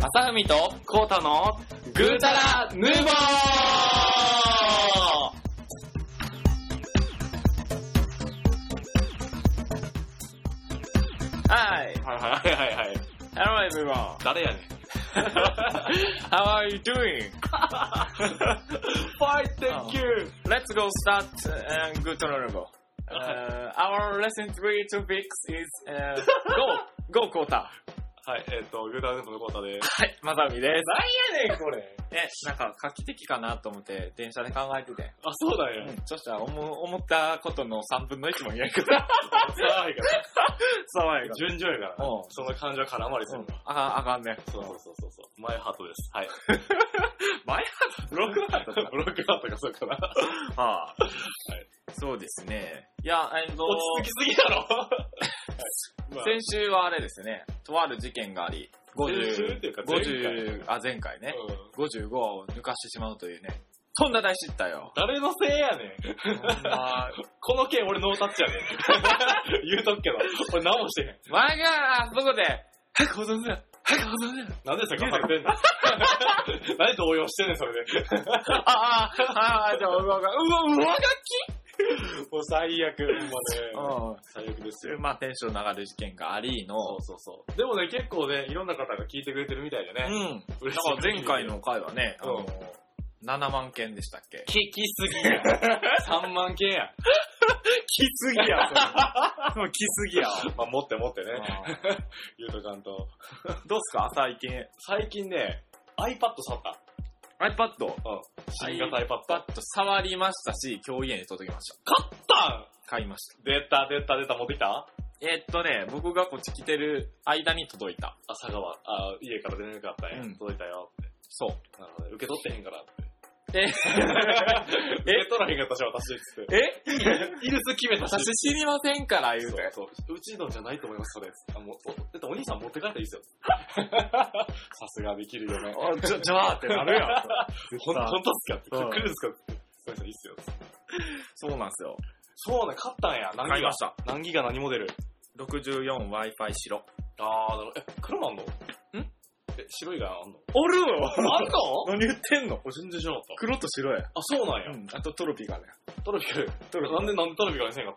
朝海とコータのグータラヌーボーはい。はいはいはいはい。 Hello everyone. 誰やねん。 How are you doing? Fine, thank you! Let's go start uh, good honorable. Uh, our lesson three topics is uh, go go コータ。はい、えっ、と、グータラヌーボーのコータです。はい、まさみです。何やねん、これ。え、なんか画期的かなと思って電車で考えてて。あ、そうだよ。そしたら思思ったことの3分の1もいないから。騒いから。爽やか。順調やからな。うんその感情は絡まりうするんの。あかん、あかんね。そうそうそうそう。マイハートです。 はい。マイハートブロックハートか。ブロックハートがそうかな。はそうですね。いや、えっと、落ち着きすぎだろ。はいまあ先週はあれですね、とある事件があり、先週50っていうか、 50、あ、前回ね、うん55を抜かしてしまうというね、とんだ大失態を。誰のせいやねん。まあ、この件俺ノータッチやねん。 言うとくけど。俺何もしてへん。前が、そこで、早く保存せよ早く保存せよなんでそれ書かれてん の何で動揺してんねん、それで。ああ、ああ、じゃあ、うわが、うわ、うわもう最悪、ほんまね。が最悪ですうよ。ん。まあ、テンション上がる事件がありの、そうそうそう。でもね、結構ね、いろんな方が聞いてくれてるみたいでね。ん。嬉しだから前回聞の回はね、あうんの、7万件でしたっけきすぎや。3万件や。 きすぎや、もうきす ぎや。まあ、持って持ってね。言うとかんと。どうすか最近。最近ね、iPad 去った。 iPad。新型 iPad。パッと触りましたし、今日家に届きました。た買いました。出た、出た、出た、持ってきたえーっとね、僕がこっち来てる間に届いた。朝川、あ家から出れなかったんや。うん届いたよって。そう。なるほどね受け取ってへんから。 え、受け取らへんかったし、私、つって。え イルス決めた私知りませんから、言そううて。そう。うちのじゃないと思います、それ。あ、もう、おだってお兄さん持って帰ったらいい ですよ。さすができるよね。あ、じゃ、じゃあってなるやん。 ほん、ほんとっすかって。うん来るんすかって。すいません、いいっすよ。そうなんですよ。そうね、買ったんや。何ギガ買いました。何ギガ何モデル 64Wi-Fi 白。あー、なるほどえ、黒なんのんんえ、白いがあんのおるあんの 何言ってんの 俺全然知らなかっ黒と白や。た。あ、そうなんや。うん、あとトロピカルや。トロピカル。トロピカなんル。でなんでトロピカルにせんかっ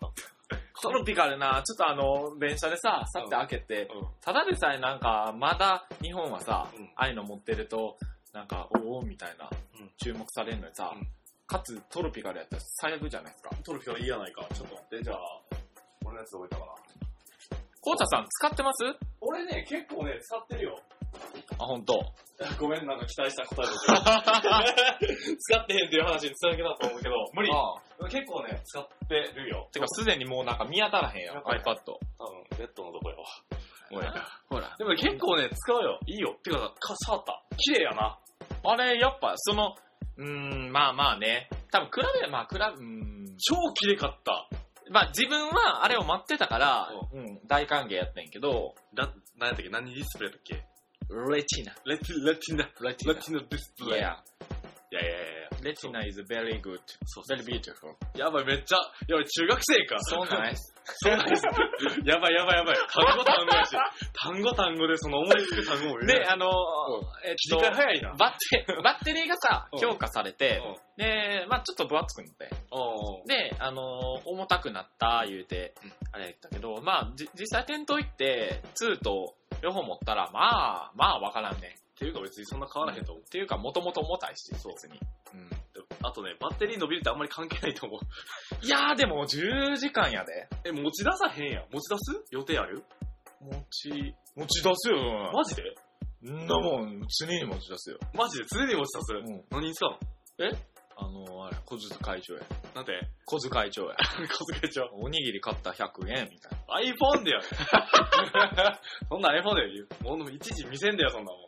たトロピカルな、ちょっとあの、電車でさ、さって開けて、んうんただでさえなんか、まだ日本はさ、うんああいうの持ってると、なんか、おおみたいな、うん注目されるのにさ、うんかつトロピカルやったら最悪じゃないですか。トロピカルいいやないか。ちょっと待って、じゃあ、俺のやつ覚えたかな。コータさん使ってます俺ね、結構ね、使ってるよ。あ、本 当。ごめん、なんか期待した答えだけど使ってへんっていう話に繋げたと思うけど、無理。ああ結構ね、使ってるよ。てか、すでにもうなんか見当たらへんやん、見 iPad 当たらへん。多分、ベッドのとこよ。ほら。ほら。でもね結構ね、使うよ。いいよ。てか、か、触った。綺麗やな。あれ、やっぱ、その、うーん、まあまあね。多分、比べれば、まあ、比べ、うーん。超綺麗かった。まあ、自分は、あれを待ってたから、うん、大歓迎やったんやけど、な、何やったっけ何ディスプレイだっけレチナ。レティ、レティナ。レチレナ。ティナディスプレイ。いや Yeah. いやいや。 Retina is very good. そうそう Very beautiful. やばい、めっちゃ、やばい、中学生か。そうなんです。そうなんです。やばいやばいやばい。単語単語やし。単語単語でその思いつく単語も言で、えないあのー、えっ切とり替え、早いな。バッテ、バッテリーがさうん、強化されて、で、まあちょっと分厚くなって、おで、あのー、重たくなった言うてうん、あれやったけど、まあじ実際店頭行って、2と両方持ったら、まあまあわからんね。っていうか別にそんな変わらへんと思う。っていうか、もともと重たいし、別に。あとね、バッテリー伸びるってあんまり関係ないと思う。うんいやーでも10時間やで。え、持ち出さへんやん。持ち出す予定ある持ち、持ち出すよ、マジでそんなもん、常に持ち出すよ。マジで常に持ち出すうん。何に使うのあのー、あれ、小塚会長や。なんて小塚会長や。小遣いちゃう。おにぎり買った100円みたいな。 iPhone だよ。そんなん iPhone だよ。もう、いちいち見せんだよ、そんなもん。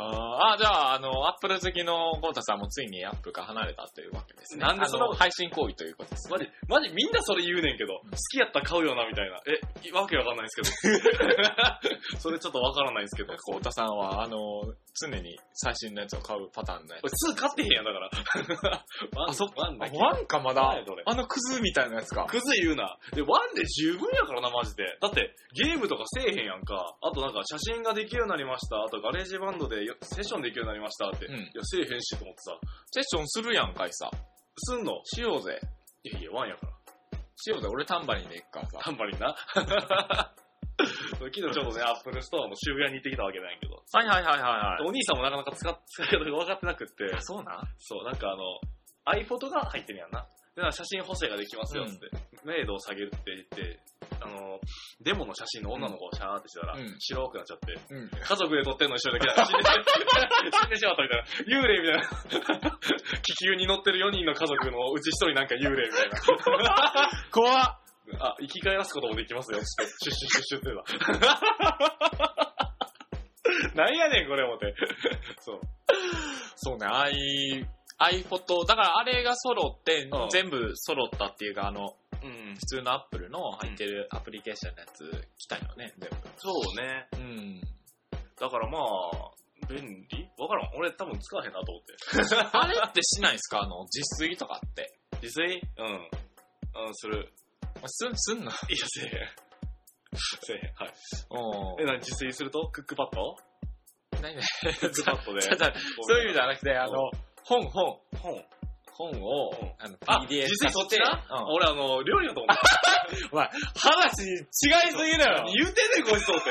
あーあ、じゃあ、あの、アップル好きのゴータさんもついにアップから離れたというわけですね。なんでそのあの配信行為ということですね。マジ、マジみんなそれ言うねんけど、うん好きやったら買うよな、みたいな。え、わけわかんないですけ ど。それちょっとわからないですけど。ゴータさんは、あの、常に最新のやつを買うパターンのや俺、2買ってへんやん、だから。 ワンあそっワンだつ。けあ、ワンかまだはいどれ。あのクズみたいなやつか。クズ言うな。で、ワンで十分やからな、マジで。だって、ゲームとかせえへんやんか。あとなんか、写真ができるようになりました。あと、ガレレージバンドでよセッションできるようになりましたって。うんいや、せえへんしと思ってさ、セッションするやんかいさ。すんのしようぜ。いやいや、ワンやから。しようぜ。俺タンバリンで行くからさ。タンバリンな。昨日ちょっとね、アップルストアの渋谷に行ってきたわけなんやけど。はいはいはいはいはい。お兄さんもなかなか使っ使い方が分かってなくって、あそうなんそう、なんかあの、iPod が入ってるやんな。で、なんか写真補正ができますよっつって、明度を下げるって言って、あの、デモの写真の女の子をシャーってしたら、うん白くなっちゃって、うん。家族で撮ってんの一緒だけだ。死んでしま死んでしまったみたいな。幽霊みたいな。気球に乗ってる4人の家族のうち1人なんか幽霊みたいな。怖っあ、生き返らすこともできますよ。つって、シュッシュッシュッシュッってた。なんやねん、これ思って。そう。そうね、アイ、アイフォト、だからあれが揃ってうん、全部揃ったっていうか、あの、うん普。通のアップルの入ってるアプリケーションのやつ来たよね、全そうね。部。うん。だからまあ、便利わからん。俺多分使わへんなと思って。 あれってしないんすかあの、自炊とかって。自炊うん。うん、する。すん、すんのいや、せえへん。せえへん。はい。うえ、ん。なに自炊するとクックパッド 何々クックパッ ドで。ちょっとそういう意味じゃなくて、あの、本、本、本。本をうん、あの、あ、 PDF 自炊化そっしてちな、うん俺あの、料理だと思った。話違いすぎだよ何。言うてんねん、こいつと って。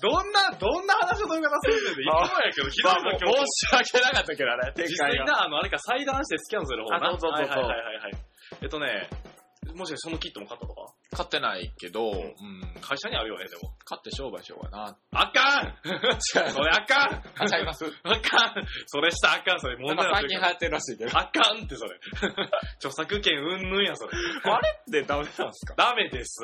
どんな、どんな話の飛び方するんねんって。いつもやけど、ひどまいあ、もなう今日。申し訳なかったけどね、展実開際が。な、あの、あれか、裁断してスキャンする方な。あそうそうそうそうはいはいはいはいはい。えっとね、もしかしてそのキットも買ったとか買ってないけど、うんん。会社にあるよね、でも。買って商売しようか な。あかん違それあかんう。買います。あかんそれしたらあかんそれな問んか題に最近流なってる行ってるらしいけ ど。あかんってそれ。 著作権うんぬんやそれ。あれってダメなんすかダメです。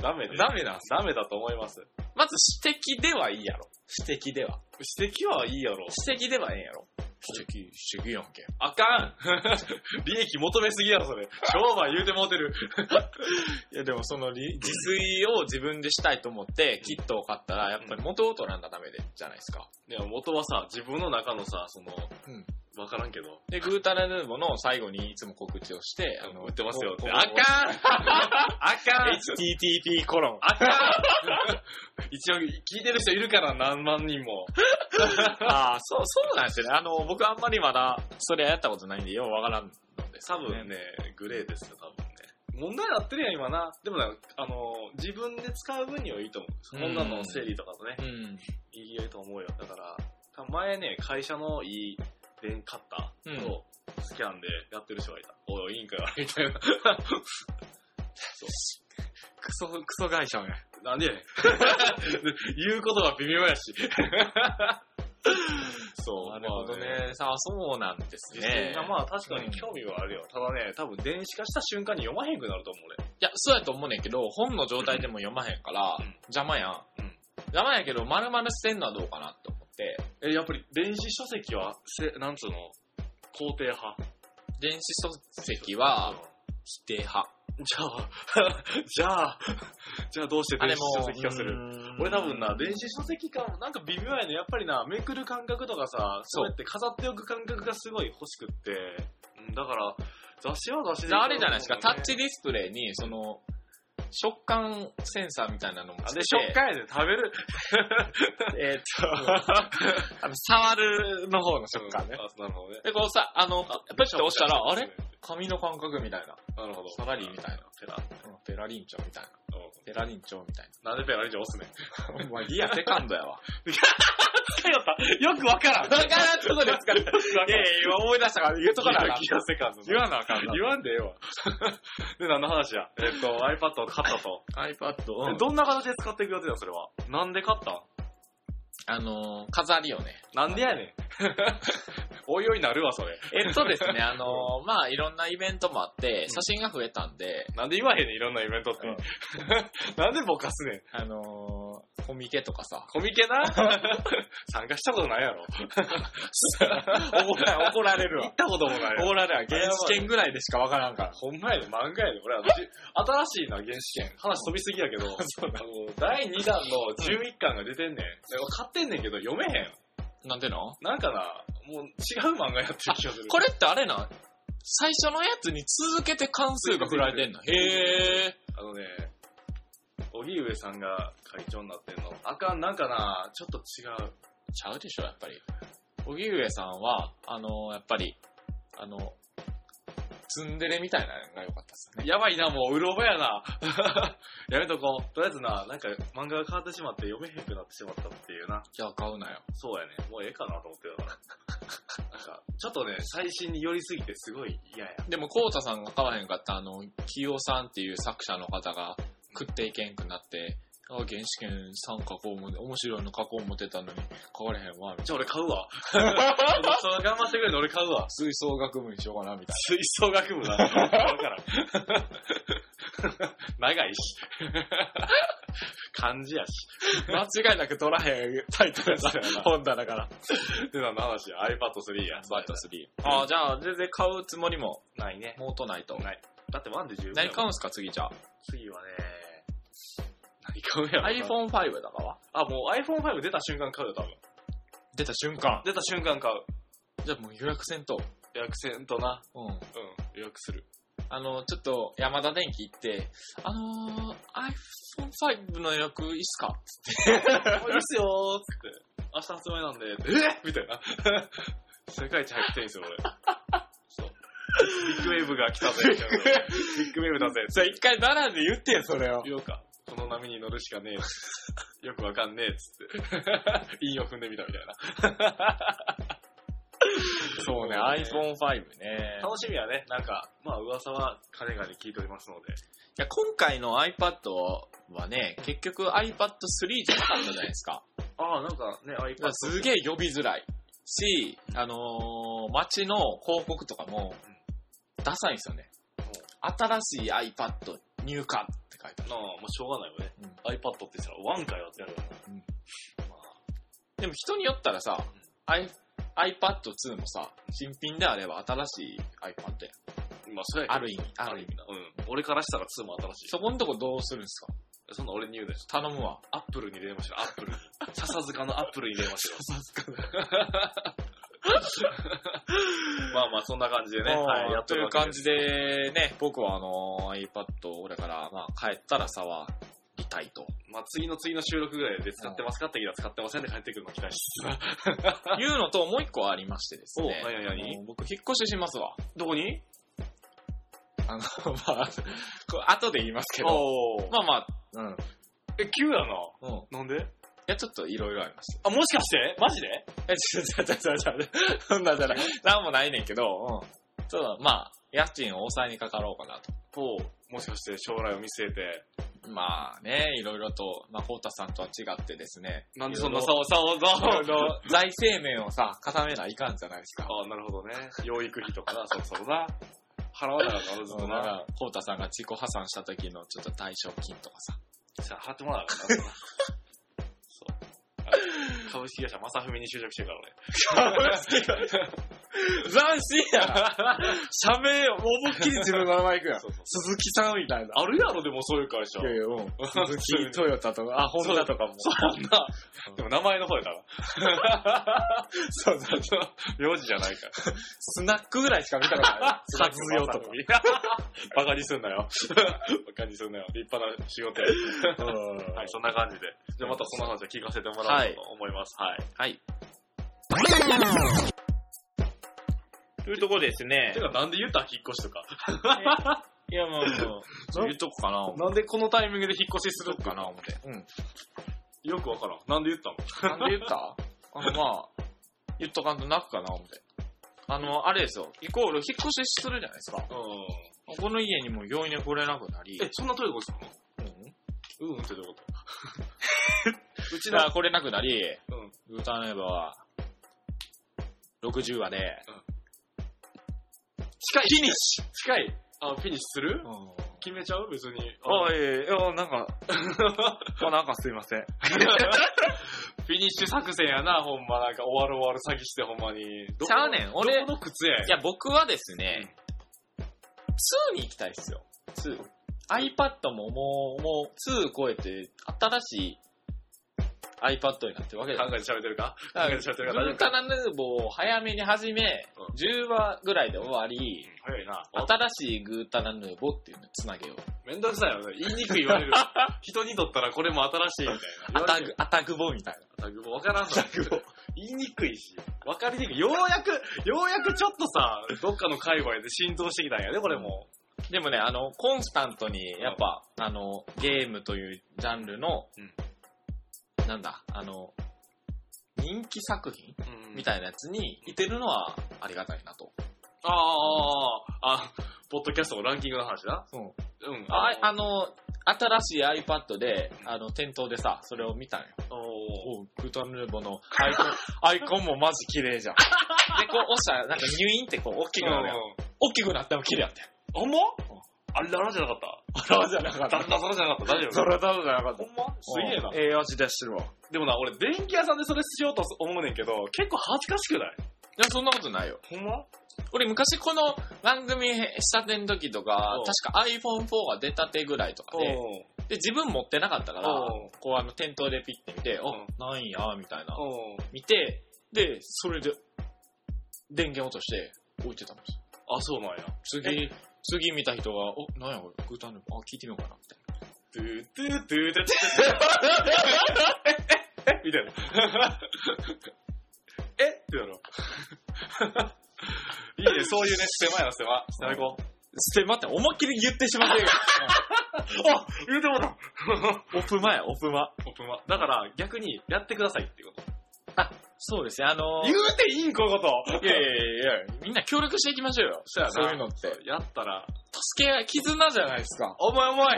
ダメです。ダメなんすダメだと思います。まず指摘ではいいやろ。指摘では。指摘はいいやろ。指摘ではええんやろ。指摘、指摘やんけ。あかん 利益求めすぎやろそれ。商売言うてもうてる。いやでもそのり自炊を自分でしたいと思って、キットを買ったら、やっぱり元を取らんだダメで、じゃないですか。でも元はさ、自分の中のさ、そのうん、わからんけど、で、グータラヌーボの最後にいつも告知をして、あの、売ってますよって。こあこかん あかん http コロン。あかん一応聞いてる人いるから何万人も。 ああ、そう、そうなんですよね。あの、僕あんまりまだ、それやったことないんで、ようわからんのです多よ、分ね、グレーですよ、多分ね。問題になってるやん、今な。でもな、あの、自分で使う分にはいいと思う。こんなの整理とかとね、うん。いいよいと思うよ。だから、た前ね、会社のいい電カッターとスキャンでやってる人がいた。おい、いいんかよ、みたいな。クソ、クソ会社や。なんでやねん。 言うことが微妙やし。 そう。なるほどまあね。さあ、そうなんです実践ね。がまあ確かに興味はあるよ。ただね、多分電子化した瞬間に読まへんくなると思う俺。いや、そうやと思うねんけど、本の状態でも読まへんからうん、邪魔やんうん。邪魔やけど、丸々捨てんのはどうかなって思って、え、やっぱり電子書籍は、せなんつうの、肯定派。電子書籍は否定派。うんじゃあ、 じゃあ、じゃあどうしてあ電れ子も書籍化する、俺多分な、電子書籍化もなんか微妙やね。やっぱりな、めくる感覚とかさ、そそううやって飾っておく感覚がすごい欲しくって。うんだから、雑誌は雑誌でいいと思あうね。れじゃないですか、タッチディスプレイに、その、食感センサーみたいなのもあつでけ、て食感やで食べる。 えーっと、あの、触るの方の食感ね。あなるほどね。で、こうさ、あの、プッて押したら、あれな紙の感覚みたいな。るほど。サラリーみたいな。ペラ。うペラリンチョみたいな。んペラリンチョみたいなんでペラリじゃ押 すねん。な。お前、リアセカンドや わ。よくわからん。だからとこですから。 いいやいや、今思い出したから言うとかなあかん気がせかんの。言わなあかんな言。わんでええわ。 で、何の話やえっと、iPad を買ったと。 iPad えどんな形で使っていく予定だ、それは。なんで買ったんあのー、飾りをね。なんでやねん。 おいおいなるわ、それ。えっとです ね、あのー、まあ、いろんなイベントもあって、写真が増えたんで、なんで言わへんねん、いろんなイベントって。うん なんでぼかすねん。あのー、コミケとか さ、コミケな 参加したことないやろ。怒ら怒られる行わっ。たこともないやろ。怒られるわ。原始圏ぐらいでしかわからんから。ほんまやで、漫画やで。俺、あのじ新しいな、原始圏。話飛びすぎやけ ど、あの第2弾の11巻が出てんねん。で買ってんねんけど、読めへん。なんでのなんかな、もう違う漫画やってる気がする。これってあれな、最初のやつに続けて関数が振られてんの。へえ。あのね、荻上さんが会長になってんの。あかん、なんかな、ちょっと違う。ちゃうでしょ、やっぱり。荻上さんは、あの、やっぱり、あの、ツンデレみたいなのが良かったですね。やばいな、もう、うろ覚えやな。 やめとこう。とりあえずな、なんか漫画が変わってしまって読めへんくなってしまったっていうな。じゃあ買うなよ。そうやね。もうええかなと思ってたから。なんか、ちょっとね、最新に寄りすぎてすごい嫌や。でも、コウタさんが買わへんかった、あの、キヨさんっていう作者の方が食っていけんくなって、あ、原始圏3加工も、面白いの加工も出たのに、買われへんわ、みたいじゃあ俺買う わ。その頑張ってくれるの俺買うわな。。吹奏楽部にしようかな、みたい吹奏楽部な。わからん。 長いし。漢字やし。な。 間違いなく取らへんタイトルだそうやな本棚から。ってなの話や。iPad 3や。バイト3。ああ、じゃあ、全然買うつもりも、ないね。もうとないと。ない。だってワンで十分や何もん。買うんすか、次じゃあ。次はね、何買うやろな。 iPhone5 だからあ、もう iPhone5 出た瞬間買うよ、多分。出た瞬間。出た瞬間買う。じゃあもう予約せんと。予約せんとな。うん。うん、予約する。あの、ちょっと、山田電機行って、あのー、iPhone5 の予約いいっす か あ、いいっすよーっつって。明日発売なんで、えみたいな。 世界一早くていいんですよ、俺。そう。ビッグウェーブが来たぜ、みたいな。ビッグウェーブだぜ。じゃあ一回並んで言ってよ、それを。言おうか。この波に乗るしかねえ。よくわかんねえ、つって。 韻を踏んでみたみたいな。そうね、そう iPhone5 ね。楽しみはね、なんか、まあ噂は彼がに聞いておりますので。いや、今回の iPad はね、結局 iPad3 じゃなかったじゃないですか。ああ、なんかね、だから iPad。すげえ呼びづらいし、あのー、街の広告とかもうん、ダサいんですよね。新しい iPad 入荷って書いてある。なあ、もうしょうがないよね。うん iPad って言ったら、ワンかよってやるよな。うんまあでも人によったらさ、I- iPad2 もさ、新品であれば新しい iPad や。まあ、それある意味、ああるる意意味味。な。うん。俺からしたら2も新しい。そこんとこどうするんですかそんなん俺に言うでし頼むわ。ょ。アップルに電話しろ、アッ プルに。笹塚のアップルに電話しろ。 まあまあ、そんな感じでね。はい、やっといとるうわけ感じでね、僕はあの iPad を俺から、まあ、帰ったらさは、りたいと。まあ、次の次の収録ぐらいで使ってますかって聞いたら使ってませんで帰ってくるの期待してます。いうのと、もう一個ありましてですね。お何々何あの僕、引っ越ししますわ。どこにあの、 まあ、これ後で言いますけど。おー。まあまあ、うん。え、急やな。うん。いなんでや、ちょっといろいろありました。あ、もしかしてマジでえ、ちょ、ちょ、ちょ、ちょ、ちょ、そんなんじゃない。なんもないねんけど、うん。ちょっと、まあ、家賃を抑えにかかろうかなほう。もしかして将来を見据えて。と。まあね、いろいろと、まあ、コウタさんとは違ってですね。なんでそんなささおさおさあおの、財政面をさ、固めないかんじゃないですか。ああ、なるほどね。養育費とか な、そろそろな。払わなかったらずっそとうなんな。か、コウタさんが自己破産した時のちょっと対償金とかさ。さあ、払ってもらわなかったな。そう。あの株式会社正文に就職してるからね。 斬新や な社名、思いっきり自分の名前いくやん。そうそう鈴木さんみたいな。あるやろ、でもそういう会社。いやいや、うん。 鈴木トヨタとか、あ、ホンダとかも。そんな。でも名前の方やから。そうそうそう。名字じゃないから。スナックぐらいしか見たことない。活用とか。 バカにすんなよ。バカにすんなよ。立派な仕事や。うんはい、そんな感じで。じゃあまたその話は聞かせてもらおうと思います。はい。はい。というところですねて。か、なんで言った引っ越しとか。いや、もう、もうそういうとこかな、思ってなんでこのタイミングで引っ越しすそるうのかかな、な思って。うん。よくわからん。なんで言ったのなんで言ったあの、まあ、言っとかんと泣くかな、思って。あの、あれですよ。イコール、引っ越しするじゃないですか。うこの家にも容易に来れなくなりん。え、、そんなトイレこいたうん。のうんうんってどういうことうちだの、から来れなくなり、うん。グータンネーバーは、60話で、近いフィニッシュ近い。あ、フィニッシュするうん。決めちゃう別に。あ、 いえいえ、あなんか、 あなんかすいません。フィニッシュ作戦やな、ほんま。なんか終わる終わる詐欺してほんまに。どこちゃうねん、俺、いどこの靴やん。や、僕はですね、2に行きたいっすよ。2。iPad ももう、もう2超えて、新しい iPad になってるわけだ考えて喋ってるか考えて喋ってるかウ大丈ル夫かトラヌーボーを早めに始め、う10話ぐらいで終わり、早いな。新しいグータラヌーボーっていうのをつなげよう。めんどくさいよね。言いにくい言わ れる。人にとったらこれも新しいみたいな。アタグ、アタグボみたいタグもわからんタグも。言いにくいし、わかりにくい。ようやく、ようやくちょっとさ、どっかの界隈で浸透してきたんやね、これも。な。でもね、あの、コンスタントに、やっぱ、あの、ゲームというジャンルの、なんだ、あの、人気作品みいたいなやつにいてるのはありがたいなと。な。ああ、ああ、ポッドキャストのランキングの話な。そう。うん。あああの、新しい iPad で、あの、店頭でさ、それを見たのよ。の、おおうグータンヌーボーのアイコン、アイコンもマジ綺麗じゃん。で、こう押したら、なんか入院ってこう大きくなるやん。う大きくなっても綺麗やって。んほんまあれ、ララじゃなかったあらじゃなかダラダラじゃなかった大丈夫それだじゃなかったほ。んますげえな。ええ味出してるわ。いでもな、俺、電気屋さんでそれしようと思うねんけど、結構恥ずかしくないや、そんなことないよ。ほんま俺昔この番組下手の時とかうん、確か iPhone4 が出たてぐらいとかで、おうで、自分持ってなかったから、おうこうあの店頭でピッて見て、うあん、ないんや、みたいな。おう見て、で、それで、電源落として置いてたんですよ。あ、そうなんや。次、次見た人が、お、なんやこれ、グータンヌーボー、あ、聞いてみようかな、みたいな。 トゥートゥートゥートゥーえみたいな。えってなる。 いいね、そういうね、ステマや、ステマ。ステマ行こう。捨て、待って、思いっきり言ってしまって る。あ言うてもだオプマや、オプマ。オープンは。だから、逆に、やってくださいっていうこと。そうですね、あのー、言うていいんこのこといやいやいやいや、みんな協力していきましょうよ。そうやないうのって。やったら、助け合い、絆じゃないですか。重い 重い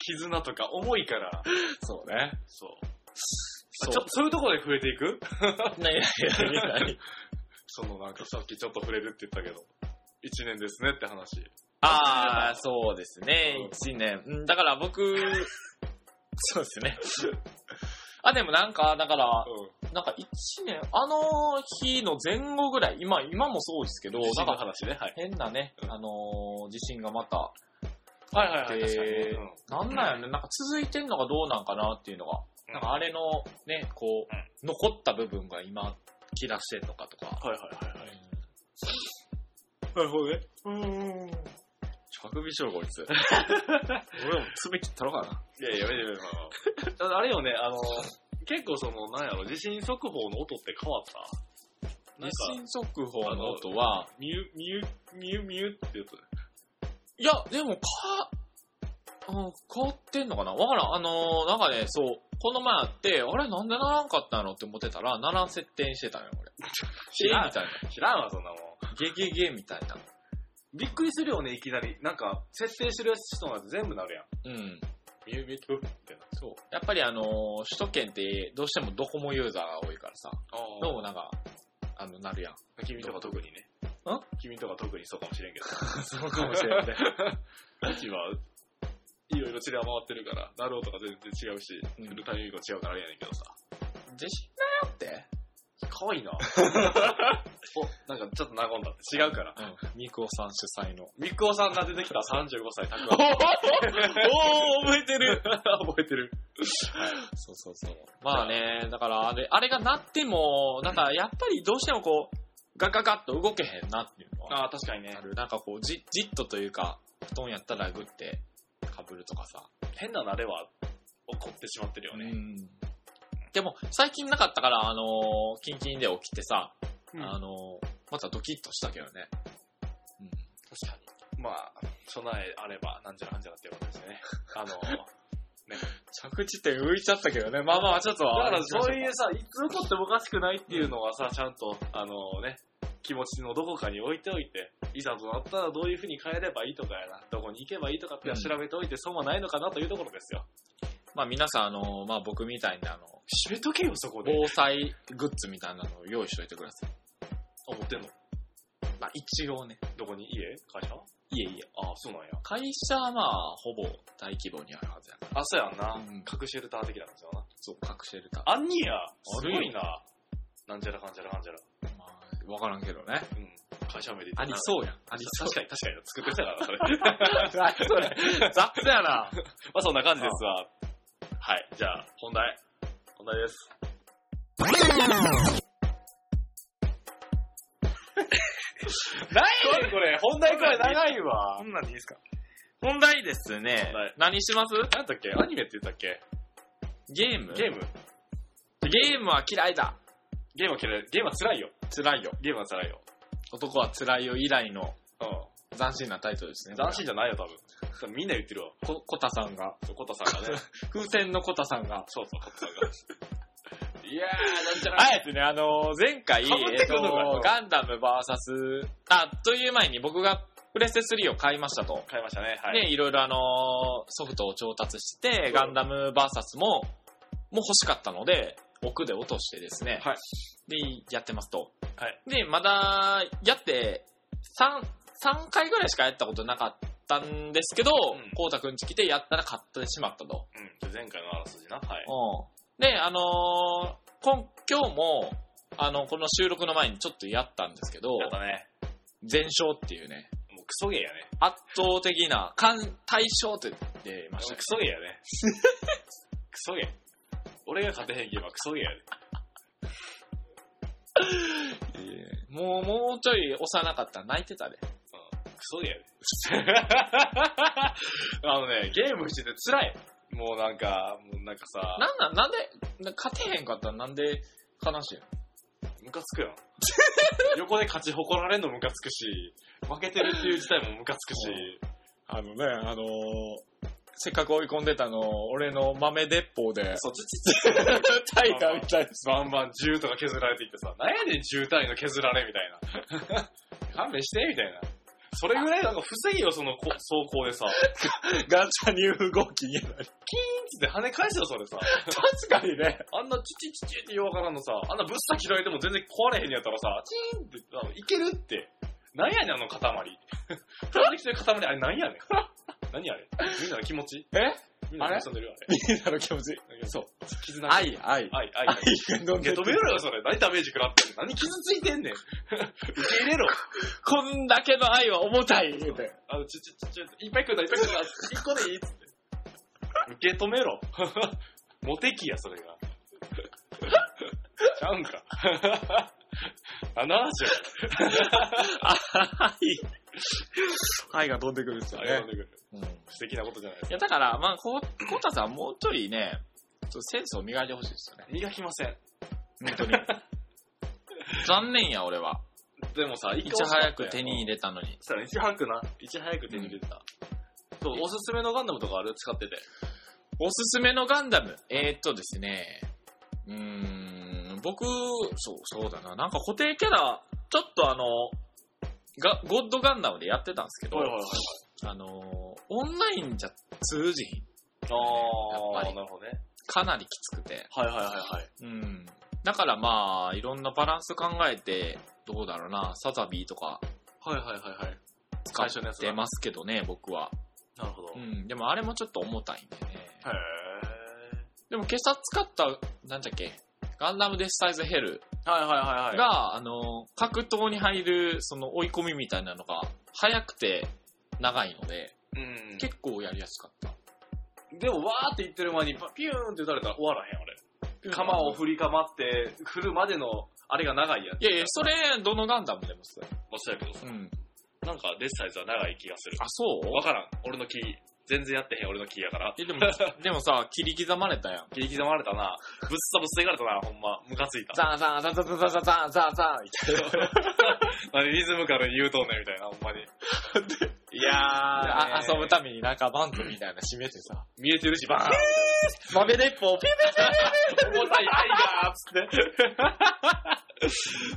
絆とか重いから、そうね。そう。そあう。ちょっとそういうところで増えていくと、ないないないない。そのなんかさっきちょっと触れるって言ったけど、1年ですねって話。あー、そうですねうん。一年。うん、だから僕、そうですね。あ、でもなんか、だから、うなんか一年、あの日の前後ぐらい、今、今もそうですけど、ん。なんのか話ね、はい。変なね、うんあのー地震がまた、はいはいはい。で確かにねうんなんなんやろね、なんか続いてんのがどうなんかなっていうのが、うんなんかあれのね、こうう、残った部分が今、切らしてんのかとか。はいはいはいはい。なるほどね。うん。乳首しろ、こいつ。俺も 爪切ったろかな。いやいや、いやいやいやまあまああれよね、あの、結構その、なんやろ、地震速報の音って変わったなん地か震速報の音は、ミュ、ミュ、ミュ、ミュってやつ。いや、でも、か、うん、変わってんのかなわからん。あのー、なんかね、そう、この前あって、あれ、なんでならんかったのって思ってたら、ならん設定にしてたのよ、俺。えーみたいな。知らんわ、そんなもん。ゲゲゲみたいな。びっくりするよね、いきなり。なんか、設定してるやつとなんて全部なるやん。うん。ミュ、ミュ、ミュみたいな。そう。やっぱりあのー、首都圏って、どうしてもドコモユーザーが多いからさ、どうあもなんか、あの、なるやん。 あ。君とか特にね。ん君とか特にそうかもしれんけど。そうかも しれん ね。うちは、いろいろ散りは回ってるから、なるうとか全然違うし、ううんるタイミングが違うからあれやねんけどさ。地震だよって。かわいいな。 お、なんかちょっと和んだって。違うから。うん。ミクオさん主催の。みくおさんが出てきた35歳、たおくあん。お覚えてる覚えてる。そうそうそう。まあね、だからあれ、あれが鳴っても、なんかやっぱりどうしてもこう、ガガガッと動けへんなっていうのはああ、確かにねあ。る。なんかこう、じ、じっとというか、布団やったらグって被るとかさ。変な慣れは怒ってしまってるよね。うんでも、最近なかったから、あのーキンキンで起きてさ、うんあのーまたドキッとしたけどね。うん。確かに。まあ、備えあれば、なんじゃらなんじゃらっていうことですね。あの、着地点浮いちゃったけどね。まあまあ、ちょっとだはかあれらにしましょうか。そういうさ、いつ怒ってもおかしくないっていうのはさ、ちゃんと、あのね、気持ちのどこかに置いておいて、いざとなったらどういうふうに変えればいいとかやな、どこに行けばいいとかっていうのは調べておいて損はないのかなというところですよ。まあ皆さん、あの、まあ僕みたいに、あの、閉めとけよ、そこで。防災グッズみたいなのを用意しといてください。思ってんのまあ一応ね。どこに家会社いえいえ。ああ、そうなんや。会社はまあ、ほぼ大規模にあるはずやかあ、そうやんら。な。ん核シェルター的なんですよな。そう、核シェルター。あんにや、するよごいな。なんちゃらかんちゃらかんちゃら。まあ、わからんけどね。うん。会社名で言ってありそうやん。あり確かに確かに作ってたからな、そ れ。そう。ありそうやん。雑やな。まあそんな感じですわ。はい。じゃあ、本題。本題です。何これ、本題これ長いわこ。んなんでいいですか本題ですね。はい何しますなんだっけアニメって言ったっけゲームゲームゲームは嫌いだ。ゲームは嫌い。ゲームは辛いよ。辛いよ。ゲームは辛いよ。男は辛いよ以来のう斬新なタイトルですね。ん。斬新じゃないよ、多分。多分みんな言ってるわ。こ、コタさんが。そうコタさん がね。風船のコタさんが。そうそう、コタさんが。いやー、なんちゃら。あえてね、あのー前回、被ってくんのかえーとガンダム VS、あ、という前に僕がプレステ3を買いましたと。買いましたね。はい。ね、いろいろあのーソフトを調達して、ガンダム VS も、もう欲しかったので、奥で落としてですね。はいで、やってますと。はいで、まだ、やって、3、三回ぐらいしかやったことなかったんですけど、んこうたくんち来てやったら買ってしまったと。うん。で前回のあらすじな。はい。うん。で、あのー今、今日も、あの、この収録の前にちょっとやったんですけど、やったね。全勝っていうね、もうクソゲーやね。圧倒的な、完対勝って言ってまクしたね。ソゲーやね。クソゲー。俺が勝てへんゲームはクソゲーやね。もう、もうちょい幼かったら泣いてたで。クソゲーやね。 あのね、ゲームしてて辛い。もうなんか、もうなんかさ、なんなん、なんで、な勝てへんかったらなんで悲しいのムカつくやん。横で勝ち誇られんのムカつくし、負けてるっていう事態もムカつくし、あのね、あのせっかく追い込んでたの、俺の豆鉄砲で、 そう、ちち ちタイガーみたいな。バンバン銃とか削られていってさ、なんやねん銃単位の削られみたいな。 勘弁してみたいな。それぐらいなんか防ぎよ、そのこ走行でさ。 ガチャ入合金やなり。つって跳ね返せよ、それさ。確かにね。あんなチチチチって言わからんのさ、あんなぶっさ切られても全然壊れへんやったらさ、チーンって、あのいけるって。なんやねん、あ の塊。飛んできてる塊、あれなんやねん。何あれみんなの気持ちえみんなあれで遊んでるよ、あれ。みんなの気持ち。そう。絆。愛、愛。愛、愛。愛が飲ん受でけ止めろよ、それ。何ダメージ食らってんの何傷ついてんねん。受け入れろ。こんだけの愛は重たい言うて。あの、ちょ、ちょ、ちょ、いっぱい来るな、いっぱい来るな、一個でいい っつって。受け止めろ。 モテ期や、それが。 ちゃうんか。 あの話や愛が飛んでくるっすあれ、ね、うん。い素敵なことじゃないですか。や、だから、まあ、こう、こうたさんもうちょいね、ちょっとセンスを磨いてほしいですよね。磨きません。本当に。 残念や、俺は。でもさ、いち早く手に入れたのに。したら、いち早くな。いち早く手に入れてた。そう、おすすめのガンダムとかあれ使ってて。おすすめのガンダム。えー、っとですね。うーん、僕、そう、そうだな。なんか固定キャラ、ちょっとあの、がゴッドガンダムでやってたんですけど、はい。あの、オンラインじゃ通じひんあやっぱー、りなるほどね。かなりきつくて。はいはいはいはい。うん。だからまあ、いろんなバランス考えて、どうだろうな、サザビーとかはいはいはいはい。使最初のやっつだてますけどね、僕は。なるほど。うへん。でもあれもちょっと重たいんでね。ー。でも今朝使った、なんだっけ、ガンダムデスサイズヘルはいはいはいはい。が、あの、格闘に入る、その追い込みみたいなのが、早くて長いので、うん。結構やりやすかった。でも、わーって言ってる間に、ピューンって打たれたら終わらへん、俺。弾を振りかまって、振るまでの、あれが長いやん。いやいや、それ、どのガンダムでもそう。おっしゃるけどさ、うん。なんか、デスサイズは長い気がする。あ、そうわからん。俺の気、全然やってへん、俺の気やから。えでも、でもさ、切り刻まれたやん。切り刻まれたな。ぶっさぶっせがれたな、ほんま。ムカついた。ザーザーザーザーザーザーザーザーザーみたいな。 何リズムから言うとんねん、みたいな、ほん まに。いやー、あね遊ぶためになんかバンドみたいなの締めてさ。見えてるし、バーン豆鉄砲ピュ重たい愛がつって。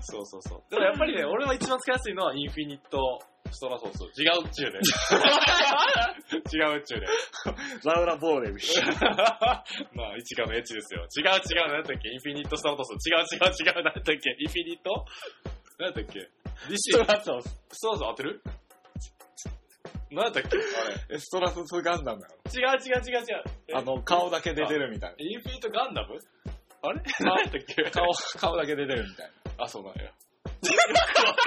そうそうそう。でもやっぱりね、俺は一番使いやすいのはインフィニットストラソース。違う宇 宙で。違う宇宙で。ラウラボーレみまあ、一かのエッチですよ。違う違う、なんだったっけインフィニットストラトス。違う違う違う、なんだったっけインフィニットなんだったっけストラソストラソース当てるなんだったっけあれ。ス。ストラソスガンダムやろ。違う違う違う違う。えあの、顔だけ出てるみたいインフィニットガンダムあれ何やったっけ な。顔、顔だけ出てるみたいあ、そう なんや。よくわ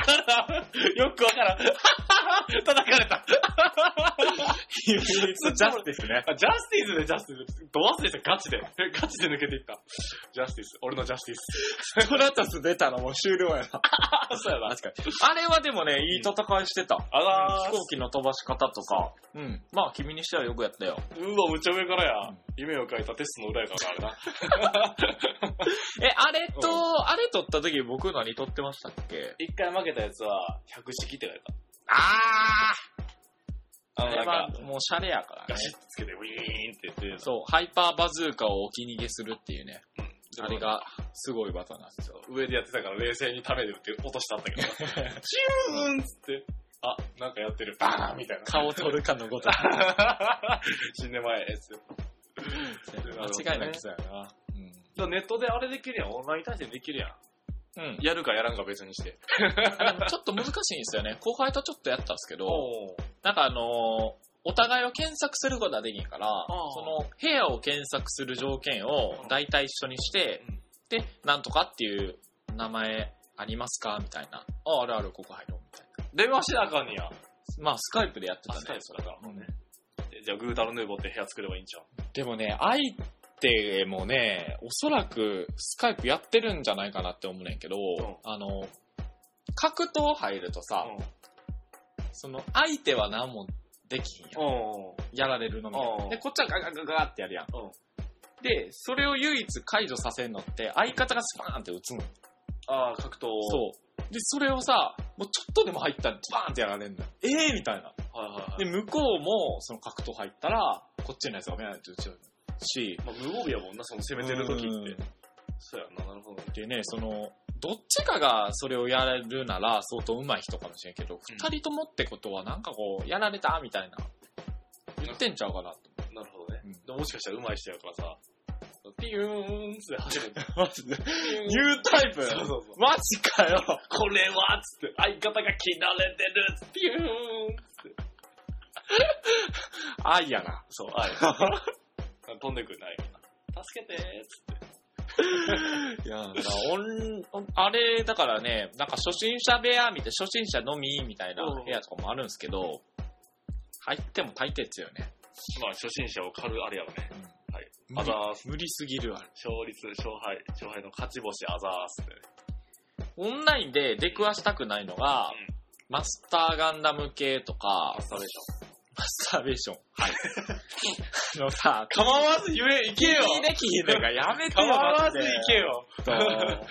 からん。よくわからん。叩かれた。ジジャスティスね。あ、ジャスティスね、ジャスティス。ド忘れした、ガチで。ガチで抜けていった。ジャスティス。俺のジャスティス。ストラトス出たらもう終了やな。あ、そうやな。確かに。あれはでもね、いい戦いしてた。あらー飛行機の飛ばし方とか。うん。まあ、君にしてはよくやったよ。うわ、むっちゃ上からや。うん夢を描いたテストの裏やからな、あれな。え、あれうと、あれ取った時僕何取ってましたっけ一回負けたやつは、百式って書いああた。あの、れなはんか、もうシャレやからねガ。シッてつけて、ウィーンって言って、そう、ハイパーバズーカを置き逃げするっていうね。あれがが、すごい技なんですよ。上でやってたから冷静にためで打って落としたんだ けど、チューンっつって、あ、なんかやってる、バーンみたいな。顔取るかのごとく。 死んで前ですよ。間違いなくそうやな。だからネットであれできるやん、オンライン対戦できるやん。うん。うん。やるかやらんか別にして。あでもちょっと難しいんですよね。後輩とちょっとやったんですけ ど、おうなんかあのーお互いを検索することはできんからあ、その部屋を検索する条件を大体一緒にしてうん、で、なんとかっていう名前ありますかみたいな。あ、あるある、ここ入ろう。みたい電話しなあかんねや。な。まあ、スカイプでやってた確かねに。それからもうねう。でじゃあ、グータルヌーボーって部屋作ればいいんじゃん。でもね、相手もね、おそらくスカイプやってるんじゃないかなって思うねんけど、んあの、格闘入るとさ、その相手は何もできひんやんうん。おうやられるのみたいなうんで、こっちはガガガガってやるやん。うんで、それを唯一解除させんのって、相方がスパーンって打つの。ああ、格闘。そう。で、それをさ、もうちょっとでも入ったら、バーンってやられんのよ。ええみたいな。う。はいはいはいで、。向こうも、その格闘入ったら、こっちのやつが目ないと打ち合うし、まあ、無防備やもんな、その攻めてる時って。っそうやんな、なるほどね。て。でね、その、どっちかがそれをやれるなら、相当上手い人かもしれんけど、二、人ともってことは、なんかこう、やられたみたいな、言ってんちゃうかなとなるほどね。うんでももしかしたら上手い人やからさ、ピューンって走 るんだよ。思って。マジでピューン言うタイプそうそうそう。マジかよこれはっつって、相方が着慣れてるっつって、ピューン愛やな。そう、あい。 飛んでくるないよな。助けてーっつっいて。や、だからオンオンあれ、だからね、なんか初心者部屋みたいな、初心者のみみたいなうん部屋とかもあるんですけど、入っても大抵強いね。まあ、初心者を狩るあれやろね。はい。無あ理ざーす。無理すぎるあれ。勝率、勝敗、勝敗の勝ち星あざーすってね。オンラインで出くわしたくないのが、うんマスターガンダム系とかア、スタベーシマスターベーション。 はい。のさ、ョン。構わず言え、行けよいいね、きひんねんからやめてよ。構わずマジ行でけよなんか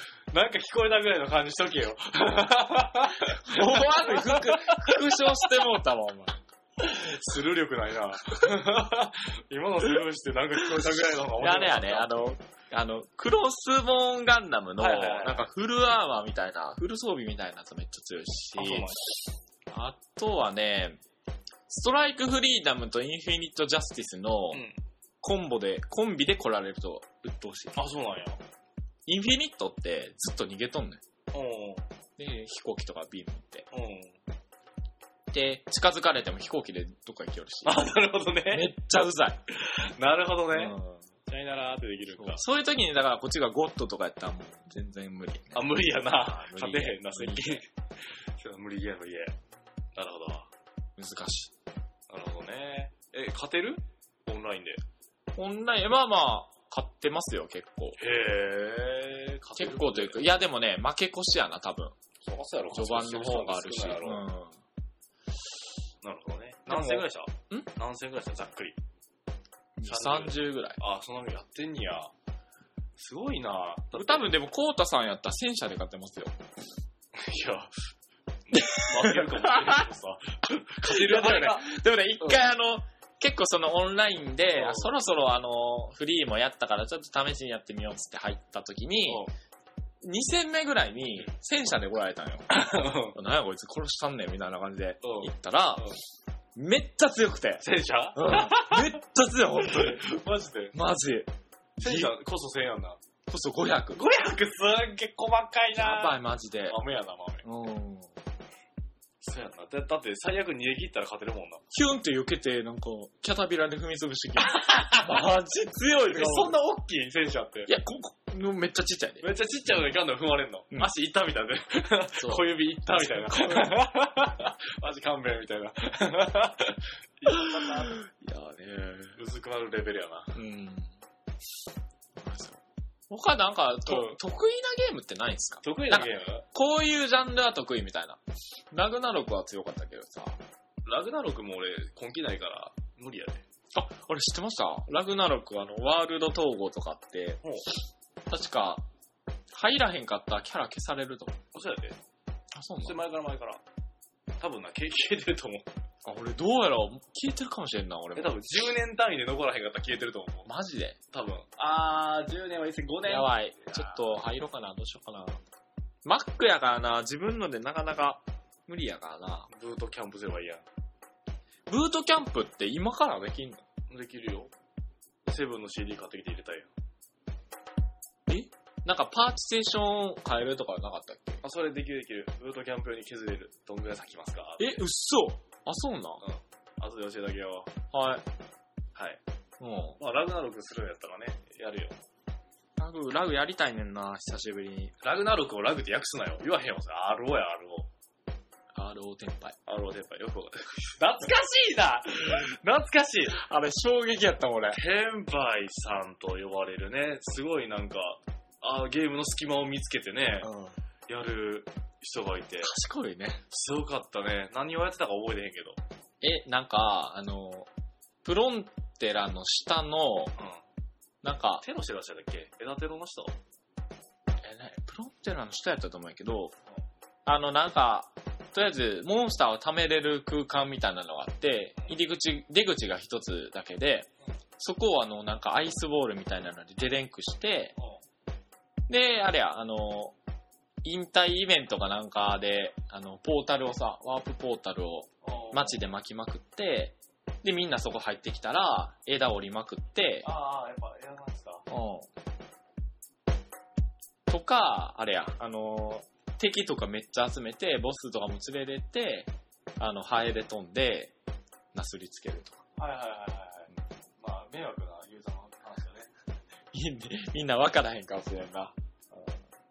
聞こえたぐらいの感じしとけよ。思わず復、復唱してもうたわ、お前。スルー力ないな。 今のスルーしてなんか聞こえたぐらいの方が面あ白れい。やね、あの、あの、クロスボーンガンダムの、はいはいはいなんかフルアーマーみたいな、フル装備みたいなやつめっちゃ強いし、あそうなんやあとはね、ストライクフリーダムとインフィニットジャスティスのうんコンボで、コンビで来られると鬱陶しい。あ、そうなんや。インフィニットってずっと逃げとんねん。うん。で、飛行機とかビームって。うん。で、近づかれても飛行機でどっか行きよるし。 あ、なるほどめね。っちゃうざい。なるほどうね。んさよならーってできるんそうか。そういう時に、だからこっちがゴッドとかやったらもう全然無理、ね。あ、無理やな。無勝理てやへんな、無接理近。そう無理や、無理や。なるほど。難しい。なるほどね。え、勝てるオンラインで。オンライン、まあまあ、買ってますよ、結構。へえ。勝てる結構というか、いやでもね、負け越しやな、多分。そうそうやろ、序盤の方があるし。う勝ち越しの方が少ないやろん。なるほどね。何戦ぐらいしたん何戦ぐらいしたざっくり。 30ぐらい。あ、そのみやってんにや。すごいな多多分でも、コウタさんやったら戦車で買ってますよ。いや、負けるかもしれないけどさ。 勝てるやつでもだねよね。、でもね一回あの、結構そのオンラインで、うんあそろそろあの、フリーもやったからちょっと試しにやってみようっつって入った時に、2戦目ぐらいに戦車で来られたんよ。 なんやこいつ殺したんねんみたいな感じでうん行ったら、めっちゃ強くて。戦車うんめっちゃ強い、本当に。マジで。マジ。戦車こそ1000やんな。こそ500。 500すっげえ細かいなやばい、マジで。豆やな、豆。うん。そうやんな。だだって最悪逃げ切ったら勝てる もんな。ヒュンって避けて、なんか、キャタピラで踏み潰してきた。マジ強いそんな大きい戦車って い。や、ここ、もうめっちゃちっちゃいで。めっちゃちっちゃいのにガンダム踏まれんの。うん足いったみたいな。そう小指いったみたい な。足勘弁みたいな。いやね薄くなるレベルやな。うん。他なんか、とうん得意なゲームってないんですか得意なゲームこういうジャンルは得意みたいな。ラグナロクは強かったけどさ。ラグナロクも俺、根気ないから、無理やで。あ、あれ知ってましたラグナロク、あの、ワールド統合とかってほう、確か、入らへんかったらキャラ消されると思う。そうやで。あ、そうそれ前から前から。多分な、経験出ると思う。あ、俺どうやら消えてるかもしれんな、俺え、も多。分10年単位で残らへんかったら消えてると思う。マジで多分。あー、10年はいつ5やばい。ちょっと入ろうかな、どうしようかな。マックやからな、自分のでなかなか無理やからな。ブートキャンプすればいいやブートキャンプって今からできんのん。できるよ。セブンの CD 買ってきて入れたいやん。なんかパーティセーション変えるとかなかったっけあ、それできるできる。ブートキャンプ用に削れる。どんぐらい咲きますかえ、うっそあ、そうなん後で教えてあげよう。はい。はい。うん。まあ、ラグナロクするんやったらね、やるよ。ラグ、ラグやりたいねんな、久しぶりに。ラグナロクをラグって訳すなよ。言わへんわ、それ RO や、 RO 天敗。 RO。RO 先輩、よくわかる。懐かしいな 懐かしいあれ、衝撃やった、俺。天敗さんと呼ばれるね、すごいなんか、あーゲームの隙間を見つけてね、うん。やる人がいて、賢いね。すごかったね。何をやってたか覚えてへんけど。え、なんか、あの、プロンテラの下の、うん。なんか、テロしてらっしゃるっけ枝テロの人え、ね、プロンテラの下やったと思うんやけど、あの、なんか、とりあえず、モンスターを貯めれる空間みたいなのがあって、入り口、出口が一つだけで、そこをあの、なんかアイスボールみたいなのでデレンクして、で、あれや、あの、引退イベントかなんかで、あの、ポータルをさ、ワープポータルを街で巻きまくって、で、みんなそこ入ってきたら、枝折りまくって、ああ、やっぱ、枝なんですかうん。とか、あれや、あのー敵とかめっちゃ集めて、ボスとかも連れてって、あの、ハエで飛んで、なすりつけるとか。 はいはいはいはい。まあ、迷惑なユーザーの話だね。みんなみんな分からへんかもしれんな。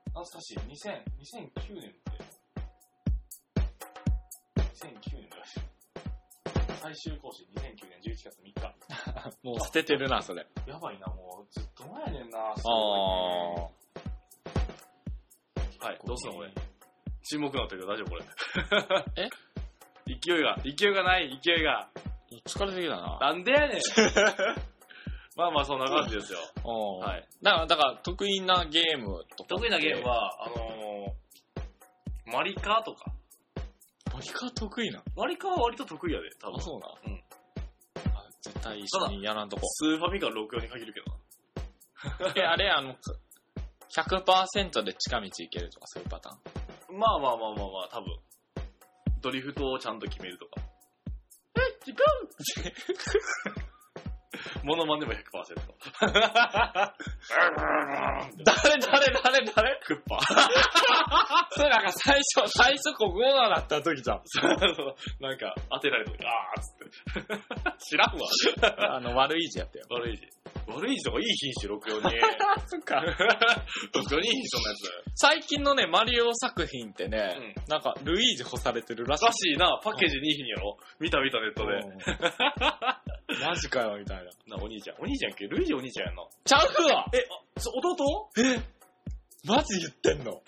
懐かしい。2000、2009年って。2009年だよ。最終更新2009年11月3日。もう捨ててるな、それ。やばいな、もう。ずっと前やねんな。すあごいねあ。はい、どうすんのこれ。沈黙になってるけど大丈夫これ。え 勢いが、勢いがない、勢いが。疲れてきたな。なん でやねん。まあまあそんな感じですよ。うん。はい。だから、だから、得意なゲームとか。得意なゲームはは、あのーマリカーとか。マリカ得意なマリカーは割と得意やで、多あ、分。そうな。うんあ。絶対一緒にやらんとこ。スーファミから64に限るけどな。え、あれ、あの、100%で近道行けるとか、そういうパターン。まあまあまあまあまあ、多分。ドリフトをちゃんと決めるとか。え、違うモノマネも100%。 誰誰誰誰クッパ。それなんか最初、最初ここなだった時じゃん。なんか、当てられて、あーっつって。知らんわ。あの、悪い字やったよ。悪い字。悪い字とかいい品種、64に。そっか。 64にいい品種のや最近のね、マリオ作品ってね、なんか、ルイージ干されてるらしつ。らしいな、パッケージにいい品やろ。見た見たネットで。い。うんマジかよ、みたいな。な、お兄ちゃん。お兄ちゃんっけルイージお兄ちゃんやんな。ちゃうわえ、あ、そ弟マジ言ってんのだ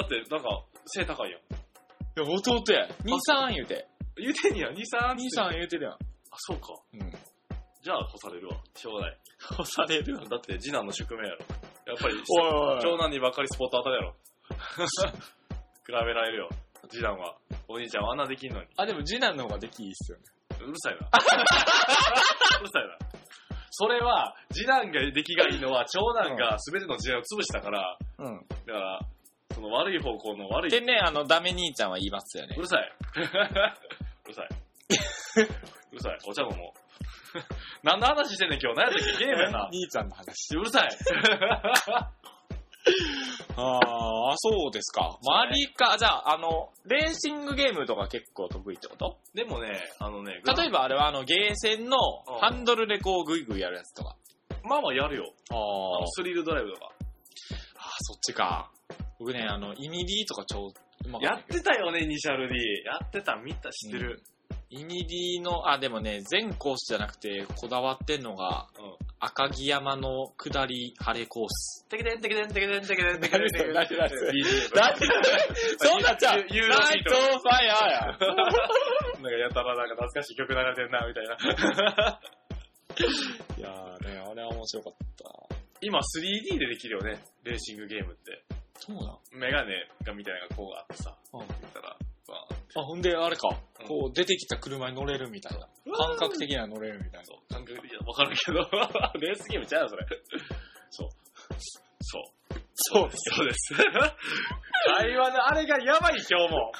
って、なんか、背高いやん。いや、弟や。23言うて。言うてんやん、2、3、 23言うてるやん。あ、そうか。うん。じゃあ、干されるわ。しょうが ない。干されるだって、次男の宿命やろ。やっぱり、おいおいお長い。男にばっかりスポット当たるやろ。 比べられるよ。次男は。お兄ちゃんはあんなできんのに。あ、でも次男の方ができいいっすよね。うるさいな。 うるさいな。それは、次男が出来がいいのは、長男が全ての時代を潰したから、うん。だから、その悪い方向の悪い。でね、あの、ダメ兄ちゃんは言いますよねう。るさい。 うるさい。 う るさい。お茶飲もう。何の話してんねん今日。何やったっけゲームやな。兄ちゃんの話。うるさい。 ああ、そうですか。そマうねリカ、じゃあ、あの、レーシングゲームとか結構得意ってことでもね、あのね、例えば、ばあれはあの、ゲーセンのうんハンドルでこうグイグイやるやつとか。まあまあやるよ。ああスリルドライブとか。そっちか。僕ね、あの、イニディとか超うまかやったっ。てたよね、ニシャル D。やってた、見た、知ってる。イニディの、あ、でもね、全コースじゃなくて、こだわってんのが、うん赤城山の下り晴れコース。テケデンテケデンテケデンテケデンテケデンテケデン。何それ何それ BGM そうなっちゃうユーロナシイートトファイヤーや。なんかやたらなんか懐かしい曲流れてんな、みたいな。いやーね、あれは面白かった。今 3D でできるよね、レーシングゲームって。そうだ。メガネがみたいなのがこうあってさ、うんって言ったら、わーあ、ほんで、あれか、うんこう、出てきた車に乗れるみたいな。感覚的には乗れるみたいな。そう、感覚的にはわかるけど、 レースゲームちゃうよ、それ。そう。そう。そうです。そうです。会話のあれがやばい、今日も。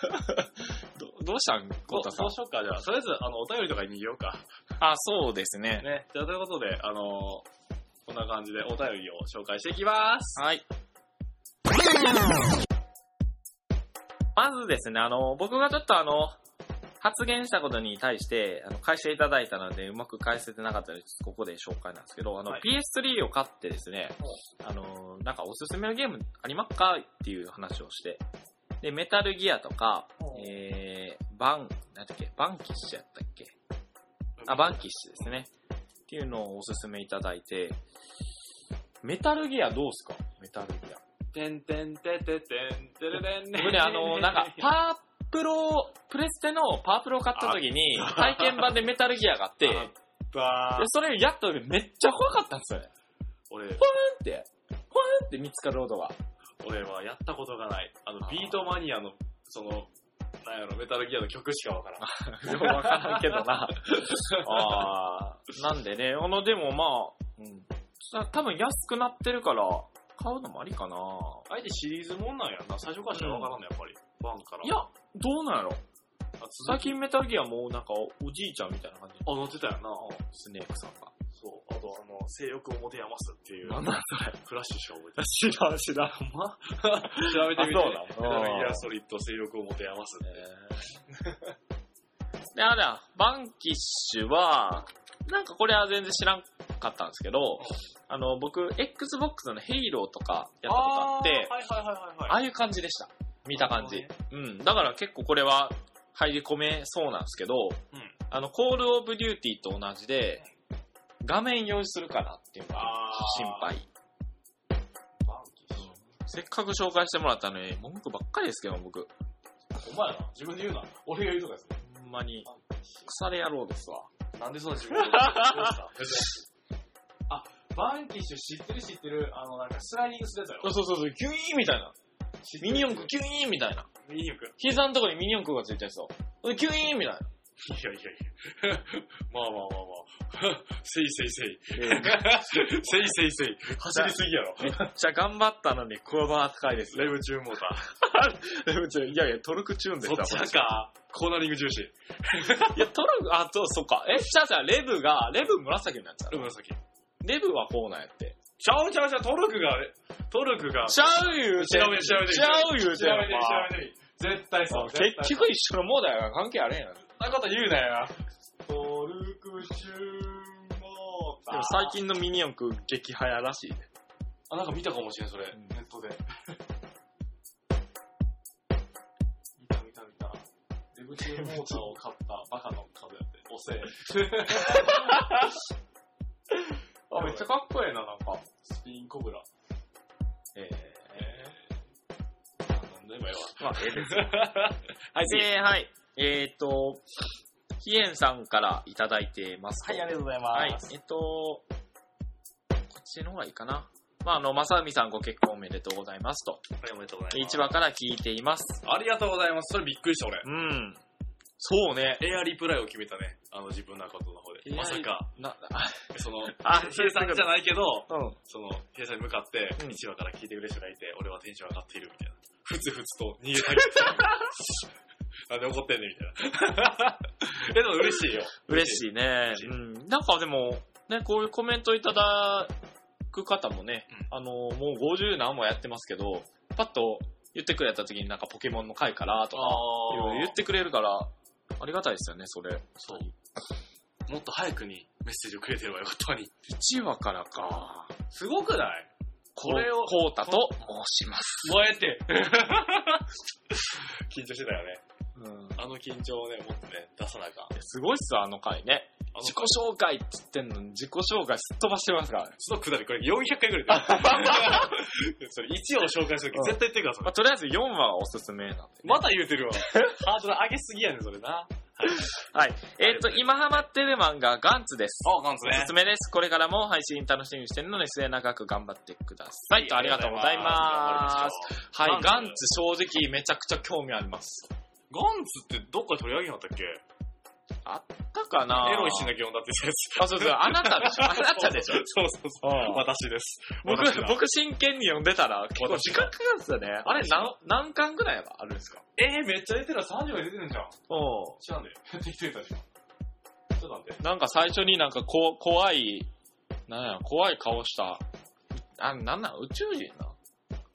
どどうしたんそコうウタさんそう。しようか、じゃあ。とりあえず、あの、お便りとかに逃げようか。あ、そうですね。ね。じゃあ、ということで、あのーこんな感じでお便りを紹介していきます。はい。まずですね、あの、僕がちょっとあの、発言したことに対して、あの、返していただいたので、うまく返せてなかったので、ちょっとここで紹介なんですけど、あの、はい PS3 を買ってですね、あの、なんかおすすめのゲームありますかっていう話をして、で、メタルギアとか、えー、バン、なんだっけ、バンキッシュやったっけあ、バンキッシュですね。っていうのをおすすめいただいて、メタルギアどうすかメタルギア。てんてんてててんてれれんね。僕ね、あの、なん か、パープロ、プレステのパープロを買った時に、あ体験版でメタルギアがあって、であったそれをやった時めっちゃ怖かったんですよね。俺、ふんって、ふんって見つかる音が。俺はやったことがない。あのあ、ービートマニアの、その、なんやろ、メタルギアの曲しかわから ん。よくわからんけどな。 あーなんでね、あの、でもまあ、うんさ、多分安くなってるから、買うのもありかなあえてシリーズもんなんやな。最初からしかわからんの、やっぱり。バンから。いや、どうなんやろあ、続最き。近メタルギアもうなんかおじいちゃんみたいな感じ。あ、乗ってたよな。スネークさんが。そう。あと、あの、性欲を持て余すっていう、なんだフラッシュしか覚えてない知らん知らん。ほんま調べてみて。あそうだメタルギアソリッド、勢力を持て余すって。で、あれだ、バンキッシュは、なんかこれは全然知らんかったんですけど、あの、僕、Xbox のヘイローとかやったことあって、はいはいはいはいあはい。あいう感じでした。見た感なじる。うん。だから結構これは入り込めそうなんですけど、んあの、コールオブデューティーと同じで、画面用意するかなっていうのがあー心。配。バンキッシせっかく紹介してもらったのに、文句ばっかりですけど、僕。ュお前やな。自分で言うな。俺が言うとかですね。ほんまに、バンキッシ腐れ野郎ですわ。ュなんでそんな自分で言うの別にあ、バンキッシュ知ってる知ってる。あの、なんかスライディングするやつやろ。そうそうそう、キュイーンみたいな。知ってミるニ四駆キュイーンみたいな。ミニオン君。膝のとこにミニ四駆がついたやつを。でキュイーンみたいいやいやいや。まあまあまあ まあ。せいせいせい。な。せいせいせい。走りすぎやろ。めっちゃ頑張ったのに、このバー高いです。レブチューンモーター。いやいや、トルクチューンでそっち派か。コーナリング重視。いや、トルク、あ、そう、そっか。え、じゃあじゃあレブが、レブ紫になっちゃう。紫。レブはこうなんやって。ちゃうちゃうちゃう、トルクが、トルクが、ちゃう言うて。調べて調べてちゃう言うて。調べて調べて絶対そう。結局一緒のモーダーが関係あれへんやん。でそんなこと言うなよ。トルクシューモーター。も最。近のミニ四駆激流行らしいね。あ、なんか見たかもしれん、それ。うんネットで。 見た見た見た。デブチューンモーターを買ったバカの数やって。お せえ。あ、めっちゃかっこええな、なんか。スピンコブラ。ええー。あ飲んでもええわ。ー、まあ、ええ です。はい、で、はい。えーっと、ヒエンさんからいただいてます。はい、ありがとうございはいます。。えっと、こっちの方がいいかな。まあ、あの、まさみさんご結婚おめでとうございますと。はい、おめでとうございます。一話から聞いています。ありがとうございます。それびっくりした、俺。うん。そうね。エアリプライを決めたね。あの、自分のことの方で。エアリまさか、な、その、あ計算じゃないけど、うん。その、計算に向かって、うん一話から聞いてくれる人がいて、俺はテンション上がっているみたいな。ふつふつと逃げたいっていう。なんで怒ってんねんみたいな。 え、でも嬉しいよ。嬉しいね嬉しい。うん。なんかでも、ね、こういうコメントいただく方もね、あの、もう50何もやってますけど、パッと言ってくれた時になんかポケモンの回からとあか、いろいろー言ってくれるから、ありがたいですよね、それ。そう。もっと早くにメッセージをくれてればよかったのに。 1話からか。すごくないこれをこうたと申します。燃えて 緊張してたよね。うん。あの緊張をね、もっとね、出さなあかん。すごいっすよ、あの回ね。あの自己紹介って言ってんのに、自己紹介すっ飛ばしてますからね。そのくだり、これ400回ぐらいで。それ1を紹介するとき絶対言ってるから、そまれあ、。とりあえず4話がおすすめなんで、また言うて るわ。ハードル上げすぎやねん、それな。はい。えっ、と、今ハマってる漫画、ガンツです。あ、なんですおすすめです。これからも配信楽しみにしてるので、末永く頑張ってください。とありがとうございます。す。はい、ガンツガンツ正直めちゃくちゃ興味あります。ガンツってどっかで取り上げなかったっけだかなエロいシーンだけ読んだって言ったやつ。あ、そうそう、あなたでしょあなたでしょ そうそうそううん。私です。僕私だ、僕真剣に読んでたら、結構私時だ間かかるんですよね。あれ、何、何巻ぐらいはあるんですかえー、めっちゃ出てるわ。30が出てるんじゃん。う知らんで。 適当に言ったでしょ。ちょっと待って。ん。なんか最初になんかこ、怖い、なんや、怖い顔した、あ、なんなん、宇宙人な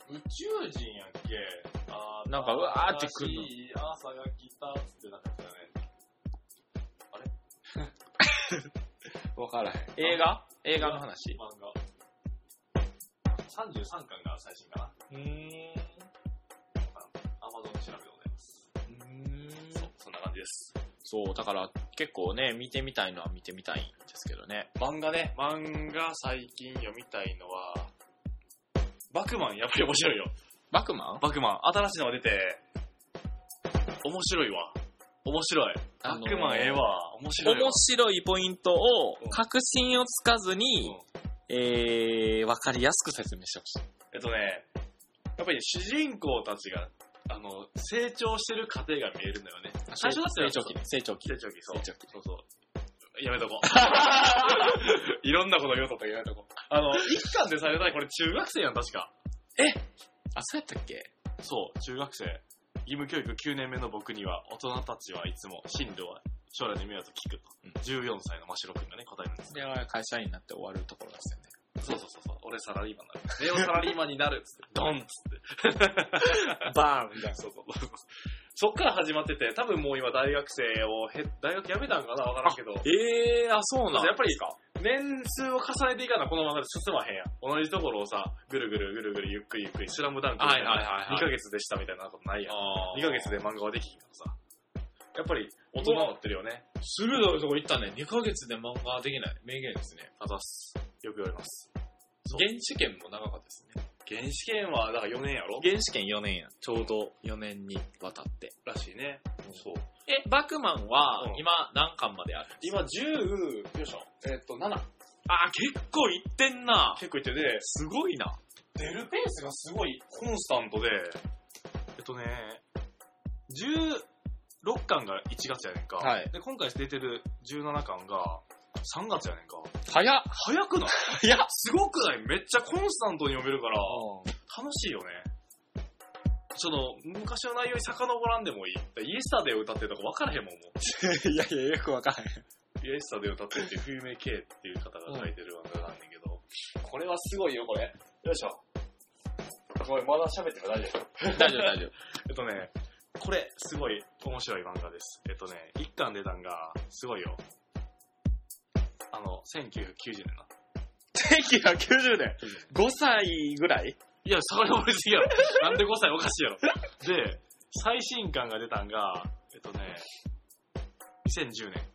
宇宙人やっけあなんかうわーって来るの新しい朝が来たっつってなかったよね。わからへん。映画映画の話。漫画。33巻が最新かな。うーん。アマゾン調べでございます。そう、そんな感じです。そう、だから結構ね、見てみたいのは見てみたいんですけどね。漫画ね。漫画最近読みたいのは、バクマンやっぱり面白いよ。バクマンバクマン、新しいのが出て、面白いわ。面白い。あバのークマンええわ。面白いわ面。白いポイントをうん、確信をつかずにうん、えー、わかりやすく説明してほしい。えっとね、やっぱり主人公たちが、あの、成長してる過程が見えるのよね。最初だったよ成長期ね、成長期成。長期、そう。成長期そうそう。やめとこ う。いろんなこと言おうとったけどやめとこう。あの、一巻でされたらこれ中学生やん、確か。あ、そうやったっけそう、中学生。義務教育9年目の僕には、大人たちはいつも進路は将来の夢だと聞くと。14歳の真白くんがね、答えるんですそれは会社員になって終わるところですよね。そうそうそうそう。俺サラリーマンになる。ネオサラリーマンになるっつって、ドンっつって。バーンみたいな。そうそうそう。そっから始まってて、多分もう今大学生をへ、大学辞めたんかなわからんけど。えー、あ、そうなんやっぱり年数を重ねていかな、この漫画で進まへんやん。同じところをさ、ぐるぐるぐるぐるゆっくりゆっくり、スラムダンクみたいな、はいはいはいはい2ヶ月でしたみたいなことないやん。あ2ヶ月で漫画はできひんからさ。やっぱり、大人になってるよね。鋭いとこ行ったね。2ヶ月で漫画はできない。名言ですね。あざっす。よく言われます。そう原始権も長かったですね。原始権は、だから4年やろ原始権4年や。ちょうど4年にわたって。らしいね。そう。え、バクマンはうん今何巻まである今10、よいしょ。えっと、7。あ、結構いってんな。結構いってて、すごいな。出るペースがすごいコンスタントで、えっとね、16巻が1月やねんか。はいで、今回出てる17巻が3月やねんか。早っ。早くない早っ。すごくないめっちゃコンスタントに読めるから、楽しいよね。その、昔の内容に遡らんでもいい。でイエスタデーを歌ってるとか分からへんもん、も う。いやいや、よくわからへん。イエスタデーを歌ってるっていう、冬目系っていう方が書いてる漫画なんだけど、これはすごいよ、これ。よいしょ。これまだ喋っても大丈夫。大丈夫、大丈夫。えっとね、これ、すごい面白い漫画です。えっとね、一巻出たんが、すごいよ。あの、1990年な。 1990年。5歳ぐらいいや、それは俺す ぎやろ。なんで5歳おかしいやろ。で、最新巻が出たんが、えっとね、2010年。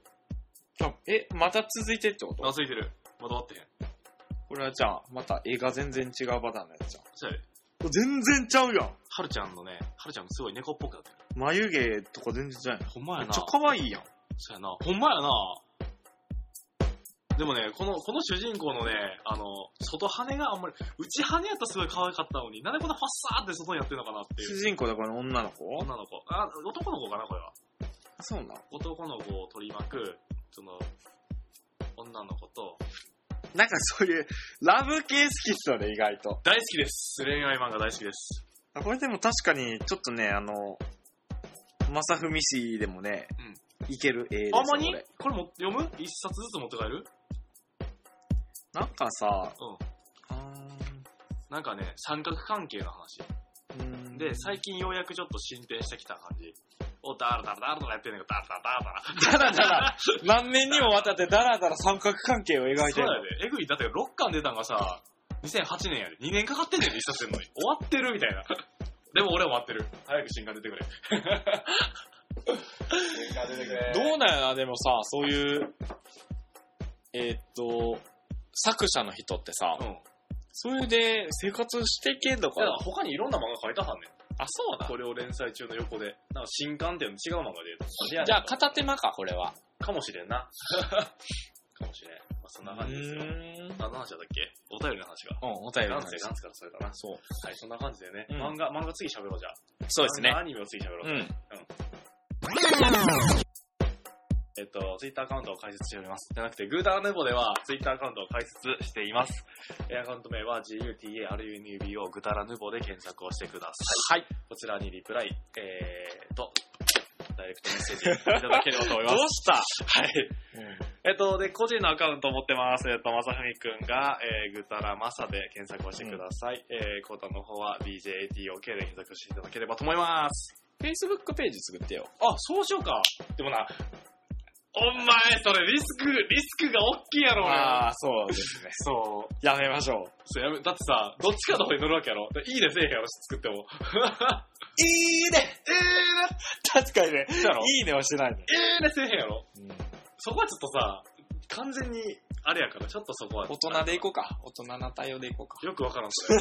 え、また続いてってこあ、ついてる。まだ終わってへん。これはじゃあ、また絵が全然違うパターンのやつじゃん。そしたら、全然ちゃうやん。はるちゃんのね、はるちゃんがすごい猫っぽくなってる。眉毛とか全然ちゃうやん。ほんまやな。可愛いやん。そうやな。ほんまやな。でもね、この、この主人公のね、あの、外羽があんまり、内羽やったらすごい可愛かったのに、なんでこんなファッサーって外にやってるのかなってい主う。人公だから女の子女の子。あ、男の子かな、これは。そうなん。男の子を取り巻く、その、女の子と、なんかそういう、ラブ系好きっすよね、意外と。大好きです。恋愛漫画大好きです。あこれでも確かに、ちょっとね、あの、まさふみ氏でもね、いける絵ですあんまにこれこれも読む一冊ずつ持って帰るなんかさ、うんあなんかね、三角関係の話。ーうんで、最近ようやくちょっと進展してきた感じ。お、だらだらだらだらやってんねんけど、だらだらだらだだらだ ら。ら、何年にもわたってだらだら三角関係を描いてそうるや。で。えぐい。だって6巻出たんがさ、 2008年やで。2年かかってんねんで、一冊するのに。終わってるみたいな。でも俺は終わってる。早く新刊出てくれ。新刊出てくれどうなんやな、でもさ、そういう、えーっと、作者の人ってさ、うん。それで生活してけんのかだからな他にいろんな漫画書いたはんねん。あ、そうなこれを連載中の横で。なんか新刊っていうの違う漫画で。じゃあ、片手間か、これは。かもしれん な。かもしれん。まあ、そんな感じですよう。ーん何の話だったっけお便りの話が。うん、お便りのなん話せ、なんすからそれだな。そう。はい、そんな感じでね。うん漫画、漫画次喋ろうじゃあ。そうですね漫画。アニメを次喋ろう。うん。えっと、ツイッターアカウントを開設しております。じゃなくて、グーターネボでは、ツイッターアカウントを開設しています。えーアカウント名は、GUTARUNUBO グタラヌボで検索をしてください。はい。こちらにリプライ、えーと、ダイレクトメッセージいただければと思い ます。どうしたはい。えっと、で、個人のアカウントを持ってます。えっと、まさふみくんが、えー、ぐたらまさで検索をしてください。えー、コータの方は BJATOK で検索していただければと思います。 Facebook ページ作ってよ。あ、そうしようか。でもな、お前、それリスク、リスクが大きいやろ、俺。あー、そうですね。そう。やめましょう。そうやめ、だってさ、どっちかの方に乗るわけやろ。でいいねせえへんやろ、作っても。 いいねえーね、確かにね。そうや ろ。いいねはしてないね。えーねせえへんやろ。うんそこはちょっとさ、完全に、あれやから、ちょっとそこは。大人でいこうか。大人な対応でいこうか。よくわからん、 それ。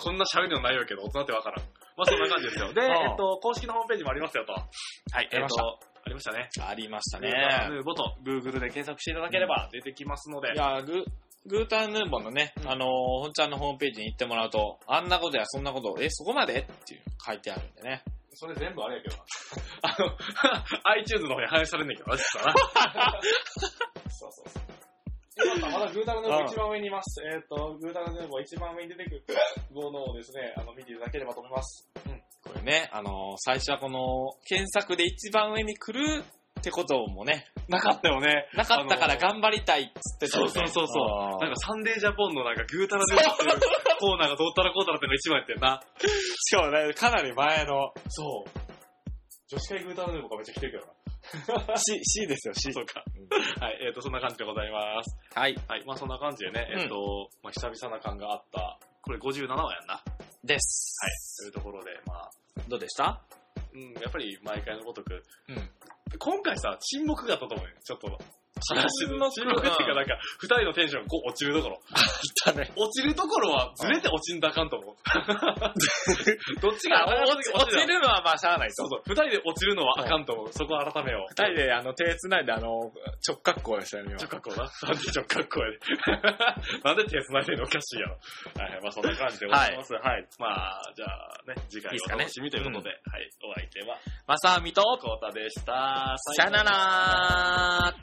こんな喋りの内容やけど、大人ってわからん。まあ、そんな感じですよ。で、うんえっと、公式のホームページもありますよと。はい、えありっましたと、ありましたね。ありましたねね。ヌーボと Google で検索していただければ出てきますのでい。やー、ググーターヌーボーのね、あのー、ほんちゃんのホームページに行ってもらうと、あんなことやそんなこと、え、そこまでっていうの書いてあるんでね。それ全部あれやけどな。あの、iTunes の方に反映されんねんけど な、実はな。そうそうそう。よかったまだグータラヌーボー一番上にいます。えっ、と、グータラヌーボー一番上に出てくるものをですね、あの、見ていただければと思います。これね、あのー、最初はこの、検索で一番上に来るってこともね、なかったよね。なかったからあのー頑張りたいっつってたよね、そうそうそうそうあーなんかサンデージャポンのなんかグータラヌーボーっていうコーナーがどったらこうたらっていうのが一番やってんな。しかもね、かなり前の、そう。女子会グータラヌーボーがめっちゃ来てるけどな。 C、C ですよ、C そ。うか。はい、えっ、と、そんな感じでございます。はい。はい、まあそんな感じでね、うんえっ、と、まあ久々な感があった、これ57話やんな。はい、です。というところで、まあ、どうでしたうん、やっぱり毎回のごとく、うん今回さ、沈黙があったと思うよ、ちょっと。話沈の黙沈黙っていうか、なんか、二人のテンションがこう落ちるところ。だね。落ちるところは、ずれて落ちんだあかんと 思う。どっちが落ち落ちるるのはまあしゃあないそとう。そう、二人で落ちるのはあかんと思う。そこは改めよう。二人で、あの、手繋いで、あの、直角行でしたよね、今直角な。なんで直角やで。 なんで手繋いでんのおかしいやろ。はい、まあそんな感じでございます。はい。まあ、じゃあね、次回いいっすおかね楽しみということで、はい、お相手は、まさみと、コータでした。さよなら